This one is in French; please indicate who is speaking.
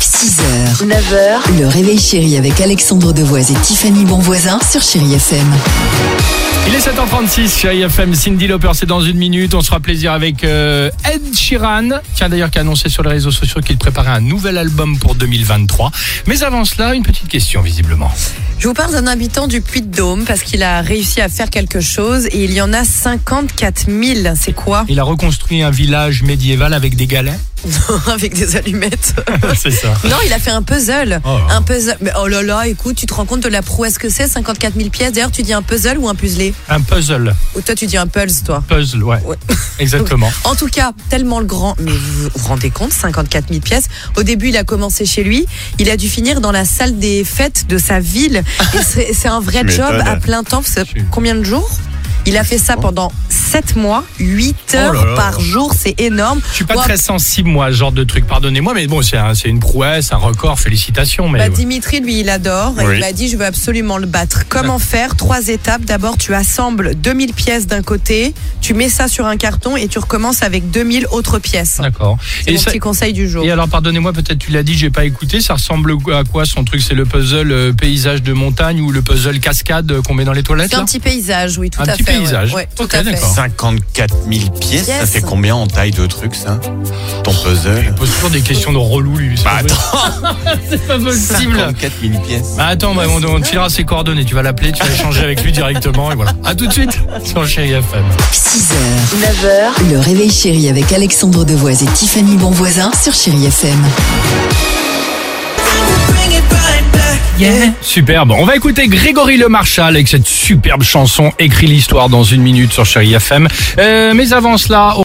Speaker 1: 6h, 9h, le réveil chéri avec Alexandre Devoise et Tiffany Bonvoisin sur Chéri FM.
Speaker 2: Il est 7h36 sur IFM, Cindy Lauper, c'est dans une minute. On se fera plaisir avec euh, Ed Sheeran, tiens d'ailleurs qui a annoncé sur les réseaux sociaux qu'il préparait un nouvel album pour 2023. Mais avant cela, une petite question visiblement.
Speaker 3: Je vous parle d'un habitant du Puy-de-Dôme parce qu'il a réussi à faire quelque chose et il y en a 54 000. C'est quoi
Speaker 2: Il a reconstruit un village médiéval avec des galets
Speaker 3: Avec des allumettes.
Speaker 2: C'est ça.
Speaker 3: Non, il a fait un puzzle.
Speaker 2: Oh.
Speaker 3: Un puzzle. Mais oh là là, écoute, tu te rends compte de la prouesse que c'est 54 000 pièces. D'ailleurs, tu dis un puzzle ou un puzzlé
Speaker 2: Un puzzle.
Speaker 3: Ou toi, tu dis un pulse, toi
Speaker 2: Puzzle, ouais.
Speaker 3: Ouais.
Speaker 2: Exactement.
Speaker 3: En tout cas, tellement le grand. Mais vous vous rendez compte, 54 000 pièces. Au début, il a commencé chez lui. Il a dû finir dans la salle des fêtes de sa ville. Et c'est- c'est un vrai
Speaker 4: Tu
Speaker 3: job
Speaker 4: m'étonnes.
Speaker 3: à plein temps. Vous savez
Speaker 2: Tu-
Speaker 3: Combien de jours il a fait ça pendant 7 mois, 8 heures
Speaker 2: Oh là là.
Speaker 3: par jour, c'est énorme.
Speaker 2: Je suis pas
Speaker 3: Bon, bah,
Speaker 2: très sensible, moi, à ce genre de truc, pardonnez-moi, mais bon, c'est un- c'est une prouesse, un record, félicitations. Mais
Speaker 3: Bah,
Speaker 2: ouais.
Speaker 3: Dimitri, lui, il adore. Et
Speaker 2: Oui.
Speaker 3: Il m'a dit, je veux absolument le battre. Comment faire Trois étapes. D'abord, tu assembles 2000 pièces d'un côté, tu mets ça sur un carton et tu recommences avec 2000 autres pièces.
Speaker 2: D'accord.
Speaker 3: C'est
Speaker 2: Et,
Speaker 3: mon
Speaker 2: ça-
Speaker 3: petit conseil du jour.
Speaker 2: et alors, pardonnez-moi, peut-être tu l'as dit, j'ai pas écouté, ça ressemble à quoi son truc C'est le puzzle euh, paysage de montagne ou le puzzle cascade euh, qu'on met dans les toilettes
Speaker 3: C'est un
Speaker 2: là
Speaker 3: petit paysage, oui, tout
Speaker 2: Un
Speaker 3: à fait.
Speaker 2: petit
Speaker 3: ouais.
Speaker 2: paysage.
Speaker 3: Ouais, tout
Speaker 2: Ok,
Speaker 3: à fait.
Speaker 2: d'accord.
Speaker 4: 54 000 pièces, ça
Speaker 3: Yes.
Speaker 4: fait combien en taille de truc, ça Ton puzzle
Speaker 2: Il pose toujours des questions de relou, lui. c'est
Speaker 4: Bah,
Speaker 2: pas possible. c'est pas possible.
Speaker 4: 54 000 pièces.
Speaker 2: Bah attends, bah, on, on te filera ses coordonnées. Tu vas l'appeler, tu vas échanger avec lui directement. Et voilà. À tout de suite sur Chéri FM.
Speaker 1: 6h, 9h, le réveil chéri avec Alexandre Devoise et Tiffany Bonvoisin sur Chéri FM.
Speaker 2: Superbe. On va écouter Grégory Le Marchal avec cette superbe chanson Écrit l'histoire dans une minute sur Chéri FM. Euh, mais avant cela,